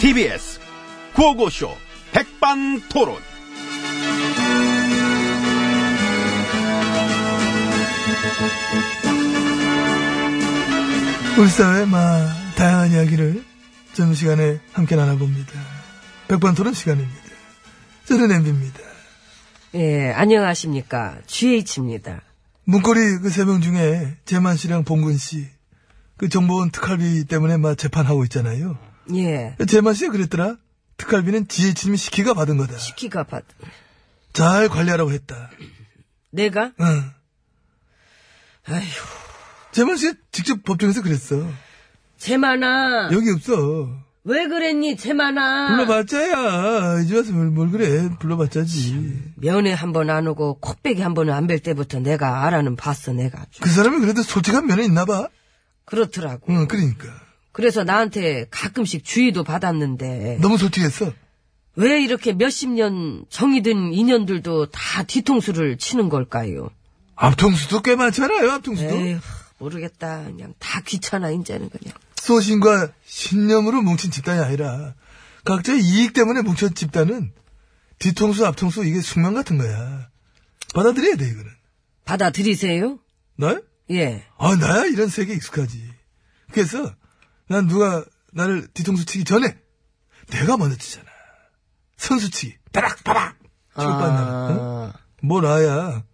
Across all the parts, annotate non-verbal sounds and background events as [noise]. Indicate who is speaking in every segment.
Speaker 1: TBS 구호고쇼 백반토론.
Speaker 2: 우리 사회의 마, 다양한 이야기를 점심시간에 함께 나눠봅니다. 백반토론 시간입니다. 저는 엠비입니다.
Speaker 3: 예, 안녕하십니까. GH입니다.
Speaker 2: 문고리 그 세 명 중에 재만 씨랑 봉근 씨, 그 정보원 특활비 때문에 막 재판하고 있잖아요.
Speaker 3: 예.
Speaker 2: 재만 씨가 그랬더라. 특활비는 지혜치님이 시키가 받은 거다.
Speaker 3: 시키가 받,
Speaker 2: 잘 관리하라고 했다.
Speaker 3: 내가?
Speaker 2: 응.
Speaker 3: 아휴,
Speaker 2: 재만 씨가 직접 법정에서 그랬어.
Speaker 3: 제만아.
Speaker 2: 여기 없어.
Speaker 3: 왜 그랬니, 제만아.
Speaker 2: 불러봤자야. 이제 와서 뭘, 뭘 그래. 불러봤자지.
Speaker 3: 면회 한 번 안 오고, 콧배기 한 번 안 뵐 때부터 내가 알아는 봤어, 내가. 아주.
Speaker 2: 그 사람이 그래도 솔직한 면에 있나 봐.
Speaker 3: 그렇더라고.
Speaker 2: 응, 그러니까.
Speaker 3: 그래서 나한테 가끔씩 주의도 받았는데,
Speaker 2: 너무 솔직했어.
Speaker 3: 왜 이렇게 몇십 년 정이든 인연들도 다 뒤통수를 치는 걸까요?
Speaker 2: 앞통수도 꽤 많잖아요, 앞통수도.
Speaker 3: 에휴, 모르겠다. 그냥 다 귀찮아, 이제는 그냥.
Speaker 2: 소신과 신념으로 뭉친 집단이 아니라 각자의 이익 때문에 뭉친 집단은 뒤통수 앞통수 이게 숙명 같은 거야. 받아들여야 돼 이거는.
Speaker 3: 받아들이세요?
Speaker 2: 나야?
Speaker 3: 예.
Speaker 2: 아 나야 이런 세계 익숙하지. 그래서 난 누가 나를 뒤통수 치기 전에 내가 먼저 치잖아. 선수치기 따락 따락 출판 나. 응?
Speaker 3: 아,
Speaker 2: 뭐 나야?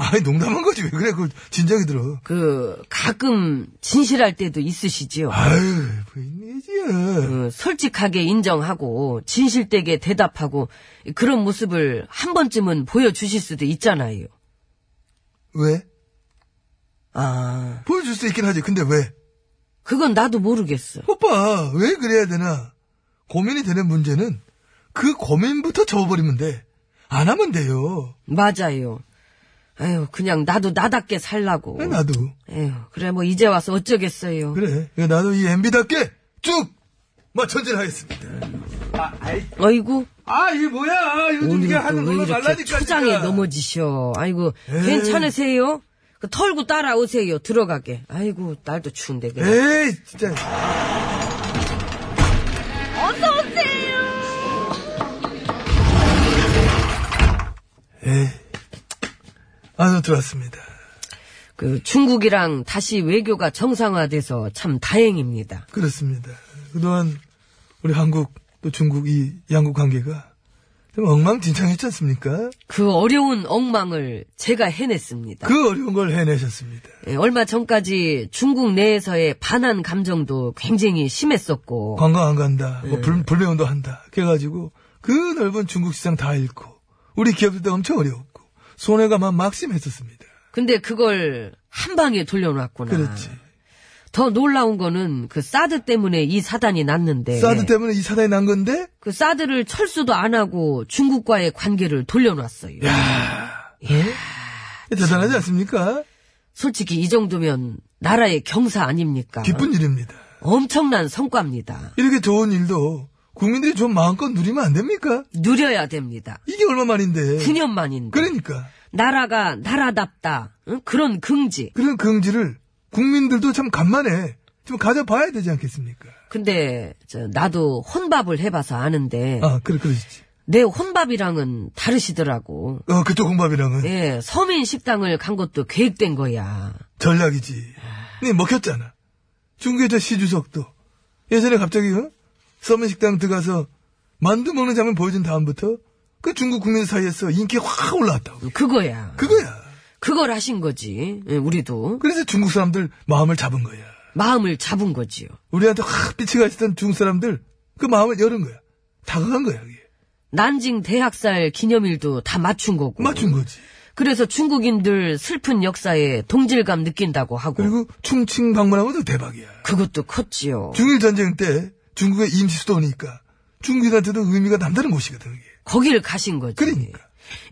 Speaker 2: 아이 농담한 거지 왜 그래 그 진작에 들어.
Speaker 3: 그, 가끔 진실할 때도 있으시지요.
Speaker 2: 아유 뭐 이지.
Speaker 3: 그 솔직하게 인정하고, 진실되게 대답하고, 그런 모습을 한 번쯤은 보여주실 수도 있잖아요.
Speaker 2: 왜?
Speaker 3: 아,
Speaker 2: 보여줄 수 있긴 하지. 근데 왜?
Speaker 3: 그건 나도 모르겠어.
Speaker 2: 오빠, 왜 그래야 되나? 고민이 되는 문제는 그 고민부터 접어버리면 돼. 안 하면 돼요.
Speaker 3: 맞아요. 아유, 그냥 나도 나답게 살라고.
Speaker 2: 그래, 나도.
Speaker 3: 에휴, 그래, 뭐, 이제 와서 어쩌겠어요.
Speaker 2: 그래. 이거 나도 이 MB답게 쭉! 막 전진하겠습니다.
Speaker 3: 어이구,
Speaker 2: 아, 이게 뭐야. 요즘 이게 하는
Speaker 3: 왜
Speaker 2: 걸로
Speaker 3: 이렇게
Speaker 2: 말라니까.
Speaker 3: 초장에
Speaker 2: 진짜.
Speaker 3: 넘어지셔. 아이고,
Speaker 2: 에이.
Speaker 3: 괜찮으세요? 그 털고 따라오세요. 들어가게. 아이고, 날도 추운데, 그래.
Speaker 2: 에이, 진짜. 어서오세요! 에이. 안으로 들어왔습니다.
Speaker 3: 그 중국이랑 다시 외교가 정상화돼서 참 다행입니다.
Speaker 2: 그렇습니다. 그동안 우리 한국 또 중국 이 양국 관계가 좀 엉망진창했지 않습니까?
Speaker 3: 그 어려운 엉망을 제가 해냈습니다.
Speaker 2: 그 어려운 걸 해내셨습니다.
Speaker 3: 예, 얼마 전까지 중국 내에서의 반한 감정도 굉장히 심했었고,
Speaker 2: 관광 안 간다, 뭐 불, 불매운동 한다, 그래가지고 그 넓은 중국 시장 다 잃고 우리 기업들도 엄청 어려웠고 손해가만 막심했었습니다.
Speaker 3: 근데 그걸 한 방에 돌려놨구나.
Speaker 2: 그렇지.
Speaker 3: 더 놀라운 거는 그 사드 때문에 이 사단이 났는데,
Speaker 2: 사드 때문에 이 사단이 난 건데
Speaker 3: 그 사드를 철수도 안 하고 중국과의 관계를 돌려놨어요. 예?
Speaker 2: 대단하지 않습니까?
Speaker 3: 솔직히 이 정도면 나라의 경사 아닙니까?
Speaker 2: 기쁜 일입니다.
Speaker 3: 엄청난 성과입니다.
Speaker 2: 이렇게 좋은 일도 국민들이 좀 마음껏 누리면 안 됩니까?
Speaker 3: 누려야 됩니다.
Speaker 2: 이게 얼마 만인데.
Speaker 3: 9년 만인데
Speaker 2: 음. 그러니까.
Speaker 3: 나라가 나라답다 응? 그런 긍지
Speaker 2: 그런 긍지를 국민들도 참 간만에 좀 가져봐야 되지 않겠습니까?
Speaker 3: 근데 저, 나도 혼밥을 해봐서 아는데
Speaker 2: 아, 그래, 그러시지.
Speaker 3: 내 혼밥이랑은 다르시더라고
Speaker 2: 어, 그쪽 공밥이랑은
Speaker 3: 예, 서민 식당을 간 것도 계획된 거야
Speaker 2: 전략이지. 네, 먹혔잖아. 중국의 저 시주석도 예전에 갑자기, 어? 서민식당 들어가서 만두 먹는 장면 보여준 다음부터 그 중국 국민 사이에서 인기가 확 올라왔다고.
Speaker 3: 그거야
Speaker 2: 그거야.
Speaker 3: 그걸 하신 거지 예, 우리도
Speaker 2: 그래서 중국 사람들 마음을 잡은 거야.
Speaker 3: 마음을 잡은 거지요
Speaker 2: 우리한테 확 빛이 가시던 중국 사람들 그 마음을 열은 거야. 다가간 거야, 그게.
Speaker 3: 난징 대학살 기념일도 다 맞춘 거고
Speaker 2: 맞춘 거지.
Speaker 3: 그래서 중국인들 슬픈 역사에 동질감 느낀다고 하고
Speaker 2: 그리고 충칭 방문하면 또 대박이야.
Speaker 3: 그것도 컸지요
Speaker 2: 중일 전쟁 때 중국의 임시 수도니까 중국인한테도 의미가 남다른 곳이거든 이게.
Speaker 3: 거길 가신 거지.
Speaker 2: 그러니까.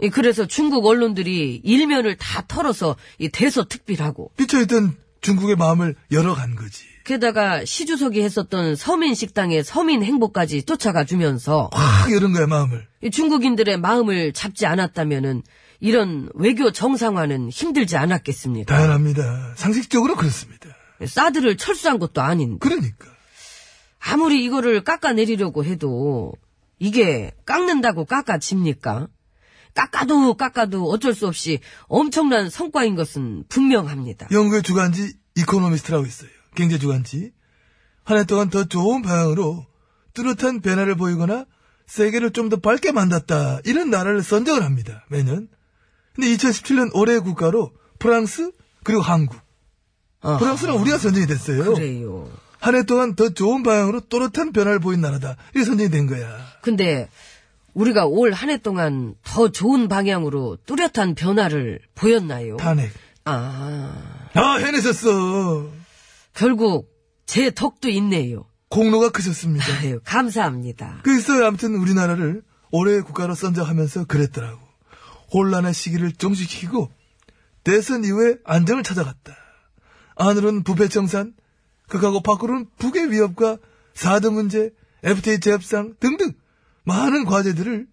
Speaker 3: 예, 그래서 중국 언론들이 일면을 다 털어서 이 대서특필하고
Speaker 2: 삐쳐있던 중국의 마음을 열어간 거지.
Speaker 3: 게다가 시주석이 했었던 서민 식당의 서민 행보까지 쫓아가 주면서
Speaker 2: 확 열은 거야 마음을.
Speaker 3: 이 중국인들의 마음을 잡지 않았다면은 이런 외교 정상화는 힘들지 않았겠습니까?
Speaker 2: 다양합니다. 상식적으로 그렇습니다.
Speaker 3: 사드를 철수한 것도 아닌
Speaker 2: 그러니까
Speaker 3: 아무리 이거를 깎아내리려고 해도 이게 깎는다고 깎아집니까? 깎아도 깎아도 어쩔 수 없이 엄청난 성과인 것은 분명합니다.
Speaker 2: 연구의 주간지 이코노미스트라고 있어요. 경제 주간지. 한 해 동안 더 좋은 방향으로 뚜렷한 변화를 보이거나 세계를 좀 더 밝게 만났다. 이런 나라를 선정을 합니다. 매년. 근데 2017년 올해의 국가로 프랑스 그리고 한국.
Speaker 3: 아,
Speaker 2: 프랑스랑 우리가 선정이 됐어요.
Speaker 3: 그래요.
Speaker 2: 한 해 동안 더 좋은 방향으로 또렷한 변화를 보인 나라다. 이 선정이 된 거야.
Speaker 3: 근데 우리가 올 한 해 동안 더 좋은 방향으로 뚜렷한 변화를 보였나요?
Speaker 2: 탄핵.
Speaker 3: 아,
Speaker 2: 아, 해내셨어.
Speaker 3: 결국 제 덕도 있네요.
Speaker 2: 공로가 크셨습니다.
Speaker 3: 아유, [laughs] 감사합니다.
Speaker 2: 그래서 아무튼 우리나라를 올해의 국가로 선정하면서 그랬더라고. 혼란의 시기를 종식시키고 대선 이후에 안정을 찾아갔다. 안으로는 부패 청산, 극하고 밖으로는 북의 위협과 사드 문제, FTA 재협상 등등 많은 과제들을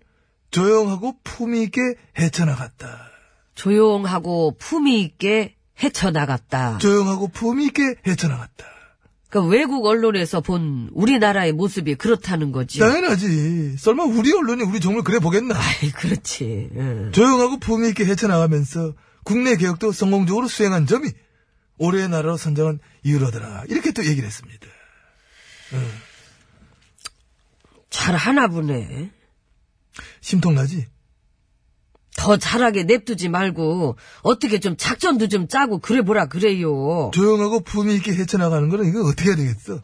Speaker 2: 조용하고 품위 있게 헤쳐나갔다.
Speaker 3: 조용하고 품위 있게 헤쳐나갔다.
Speaker 2: 조용하고 품위 있게 헤쳐나갔다.
Speaker 3: 그러니까 외국 언론에서 본 우리나라의 모습이 그렇다는 거지.
Speaker 2: 당연하지. 설마 우리 언론이 우리 정말 그래 보겠나?
Speaker 3: 아이, [laughs] 그렇지. 응.
Speaker 2: 조용하고 품위 있게 헤쳐나가면서 국내 개혁도 성공적으로 수행한 점이 올해의 나라로 선정한 이유라더라. 이렇게 또 얘기를 했습니다.
Speaker 3: 잘 하나 보네.
Speaker 2: 심통나지?
Speaker 3: 더 잘하게 냅두지 말고 어떻게 좀 작전도 좀 짜고 그래 보라 그래요.
Speaker 2: 조용하고 품위 있게 헤쳐나가는 거는 이거 어떻게 해야 되겠어?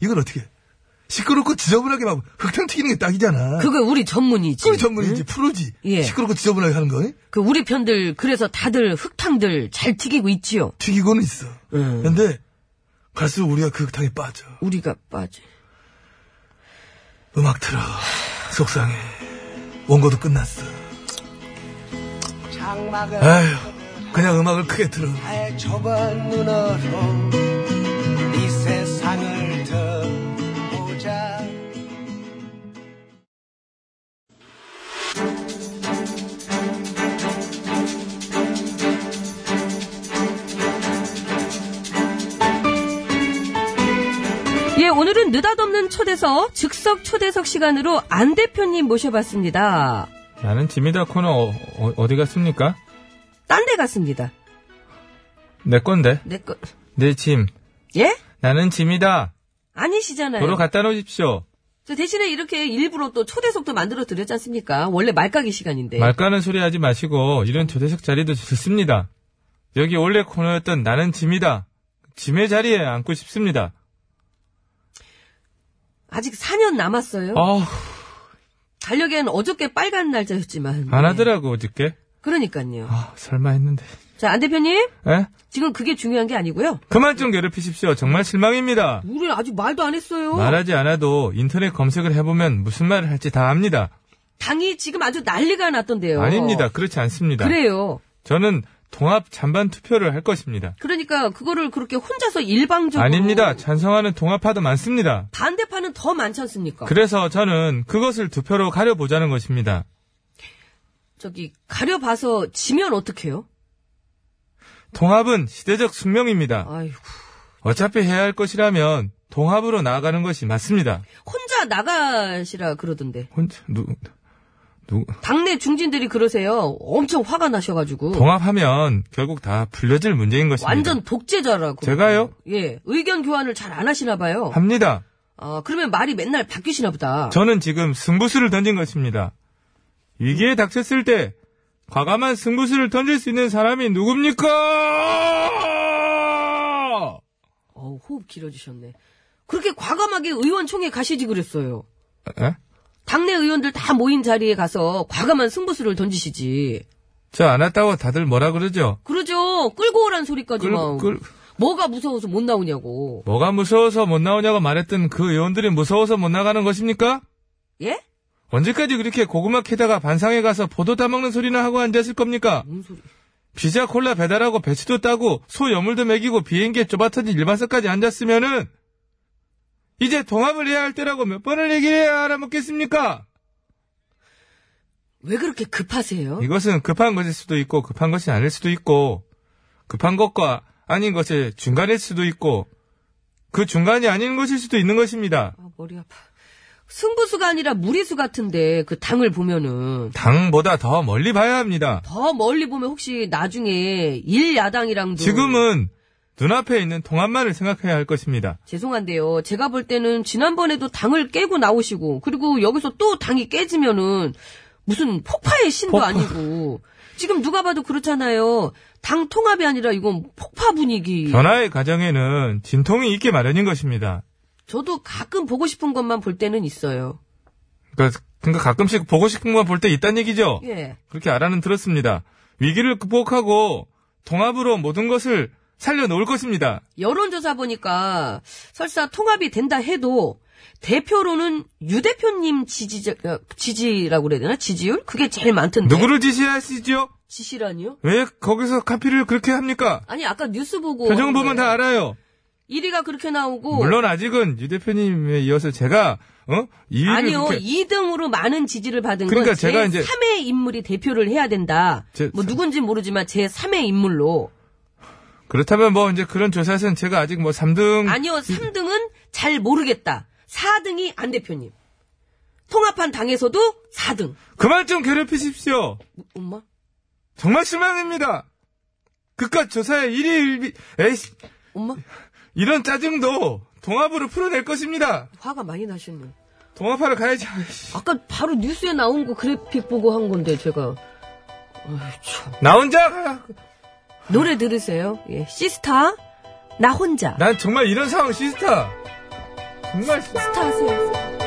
Speaker 2: 이걸 어떻게 해? 시끄럽고 지저분하게 막 흙탕 튀기는 게 딱이잖아.
Speaker 3: 그게 우리 전문이지.
Speaker 2: 그게 전문이지, 프로지.
Speaker 3: 네. 예.
Speaker 2: 시끄럽고 지저분하게 하는 거. 응?
Speaker 3: 그 우리 편들 그래서 다들 흙탕들 잘 튀기고 있지요.
Speaker 2: 튀기고는 있어.
Speaker 3: 음.
Speaker 2: 근데 갈수록 우리가 그 흙탕에 빠져.
Speaker 3: 우리가 빠지.
Speaker 2: 음악 틀어. 속상해. 원고도 끝났어.
Speaker 4: 장막을
Speaker 2: 아휴, 그냥 음악을 크게 틀어.
Speaker 4: 아예 좁은 눈으로 이 세상을 더 보자
Speaker 3: 예, 오늘은 느닷없는 초대석, 즉석 초대석 시간으로 안 대표님 모셔봤습니다.
Speaker 5: 나는 짐이다 코너 어, 디 갔습니까?
Speaker 3: 딴 데 갔습니다.
Speaker 5: 내 건데.
Speaker 3: 내 거,
Speaker 5: 내 짐.
Speaker 3: 예?
Speaker 5: 나는 짐이다.
Speaker 3: 아니시잖아요.
Speaker 5: 도로 갖다 놓으십시오.
Speaker 3: 저 대신에 이렇게 일부러 또 초대석도 만들어 드렸지 않습니까? 원래 말까기 시간인데.
Speaker 5: 말 까는 소리 하지 마시고 이런 초대석 자리도 좋습니다. 여기 원래 코너였던 나는 짐이다. 짐의 자리에 앉고 싶습니다.
Speaker 3: 아직 4년 남았어요.
Speaker 5: 아우,
Speaker 3: 달력엔 어저께 빨간 날짜였지만. 네,
Speaker 5: 안 하더라고 어저께.
Speaker 3: 그러니까요.
Speaker 5: 아, 설마 했는데.
Speaker 3: 자, 안 대표님.
Speaker 5: 에?
Speaker 3: 지금 그게 중요한 게 아니고요.
Speaker 5: 그만 좀 괴롭히십시오. 정말 실망입니다.
Speaker 3: 우리 아직 말도 안 했어요.
Speaker 5: 말하지 않아도 인터넷 검색을 해보면 무슨 말을 할지 다 압니다.
Speaker 3: 당이 지금 아주 난리가 났던데요.
Speaker 5: 아닙니다. 그렇지 않습니다.
Speaker 3: 네. 그래요.
Speaker 5: 저는 통합 잔반 투표를 할 것입니다.
Speaker 3: 그러니까 그거를 그렇게 혼자서 일방적으로.
Speaker 5: 아닙니다. 찬성하는 동합파도 많습니다.
Speaker 3: 반대파는 더 많지 않습니까?
Speaker 5: 그래서 저는 그것을 두 표로 가려보자는 것입니다.
Speaker 3: 저기, 가려봐서 지면 어떡해요?
Speaker 5: 통합은 시대적 숙명입니다.
Speaker 3: 아이고.
Speaker 5: 어차피 해야 할 것이라면 동합으로 나아가는 것이 맞습니다.
Speaker 3: 혼자 나가시라 그러던데.
Speaker 5: 혼자, 누, 누,
Speaker 3: 당내 중진들이 그러세요. 엄청 화가 나셔가지고.
Speaker 5: 동합하면 결국 다 불려질 문제인 것입니다.
Speaker 3: 완전 독재자라고.
Speaker 5: 제가요?
Speaker 3: 예. 의견 교환을 잘 안 하시나 봐요.
Speaker 5: 합니다.
Speaker 3: 아, 그러면 말이 맨날 바뀌시나 보다.
Speaker 5: 저는 지금 승부수를 던진 것입니다. 위기에 닥쳤을 때 과감한 승부수를 던질 수 있는 사람이 누굽니까?
Speaker 3: 어우, 호흡 길어지셨네. 그렇게 과감하게 의원총회 가시지 그랬어요.
Speaker 5: 에?
Speaker 3: 당내 의원들 다 모인 자리에 가서 과감한 승부수를 던지시지.
Speaker 5: 저 안 왔다고 다들 뭐라 그러죠?
Speaker 3: 그러죠. 끌고 오란 소리까지
Speaker 5: 끌-
Speaker 3: 막.
Speaker 5: 끌-
Speaker 3: 뭐가 무서워서 못 나오냐고.
Speaker 5: 뭐가 무서워서 못 나오냐고 말했던 그 의원들이 무서워서 못 나가는 것입니까?
Speaker 3: 예?
Speaker 5: 언제까지 그렇게 고구마 캐다가 반상에 가서 포도 따먹는 소리나 하고 앉았을 겁니까?
Speaker 3: 뭔 소리.
Speaker 5: 피자 콜라 배달하고 배추도 따고 소 여물도 먹이고 비행기에 좁아터진 일반석까지 앉았으면은 이제 동합을 해야 할 때라고 몇 번을 얘기해야 알아먹겠습니까?
Speaker 3: 왜 그렇게 급하세요?
Speaker 5: 이것은 급한 것일 수도 있고 급한 것이 아닐 수도 있고 급한 것과 아닌 것의 중간일 수도 있고 그 중간이 아닌 것일 수도 있는 것입니다.
Speaker 3: 아, 머리 아파. 승부수가 아니라 무리수 같은데 그 당을 보면은
Speaker 5: 당보다 더 멀리 봐야 합니다.
Speaker 3: 더 멀리 보면 혹시 나중에 일야당이랑도
Speaker 5: 지금은 눈앞에 있는 통합만을 생각해야 할 것입니다.
Speaker 3: 죄송한데요. 제가 볼 때는 지난번에도 당을 깨고 나오시고 그리고 여기서 또 당이 깨지면은 무슨 폭파의 신도
Speaker 5: 폭파.
Speaker 3: 아니고 지금 누가 봐도 그렇잖아요. 당 통합이 아니라 이건 폭파 분위기.
Speaker 5: 변화의 과정에는 진통이 있기 마련인 것입니다.
Speaker 3: 저도 가끔 보고 싶은 것만 볼 때는 있어요.
Speaker 5: 그러니까, 그러니까 가끔씩 보고 싶은 건 볼 때 있다는 얘기죠?
Speaker 3: 예.
Speaker 5: 그렇게 알아는 들었습니다. 위기를 극복하고 통합으로 모든 것을 살려놓을 것입니다.
Speaker 3: 여론조사 보니까 설사 통합이 된다 해도 대표로는 유 대표님 지지 지지라고 그래야 되나 지지율 그게 제일 많던데
Speaker 5: 누구를 지시하시죠?
Speaker 3: 지시라니요?
Speaker 5: 왜 거기서 카피를 그렇게 합니까?
Speaker 3: 아니 아까 뉴스 보고 예.
Speaker 5: 표정 보면 다 알아요.
Speaker 3: 1위가 그렇게 나오고
Speaker 5: 물론 아직은 유 대표님에 이어서 제가 어? 이 일을
Speaker 3: 아니요
Speaker 5: 그렇게-
Speaker 3: 2등으로 많은 지지를 받은
Speaker 5: 그러니까
Speaker 3: 건
Speaker 5: 제가
Speaker 3: 제
Speaker 5: 이제-
Speaker 3: 3의 인물이 대표를 해야 된다.
Speaker 5: 제-
Speaker 3: 뭐 누군지 모르지만 제 3의 인물로
Speaker 5: 그렇다면 뭐 이제 그런 조사에서는 제가 아직 뭐 3등
Speaker 3: 아니요 3등은 잘 모르겠다. 4등이 안 대표님. 통합한 당에서도 4등.
Speaker 5: 그만 좀 괴롭히십시오.
Speaker 3: 엄마?
Speaker 5: 정말 실망입니다. 그깟 조사에 1위 1비 에이씨
Speaker 3: 엄마?
Speaker 5: 이런 짜증도 동합으로 풀어낼 것입니다.
Speaker 3: 화가 많이 나시네.
Speaker 5: 동합하러 가야지. 아이씨.
Speaker 3: 아까 바로 뉴스에 나온 거 그래픽 보고 한 건데 제가 아이, 참.
Speaker 5: 나 혼자 가야.
Speaker 3: 노래 들으세요. 예, 시스타 나 혼자
Speaker 5: 난 정말 이런 상황 시스타. 정말
Speaker 3: 스타 하세요.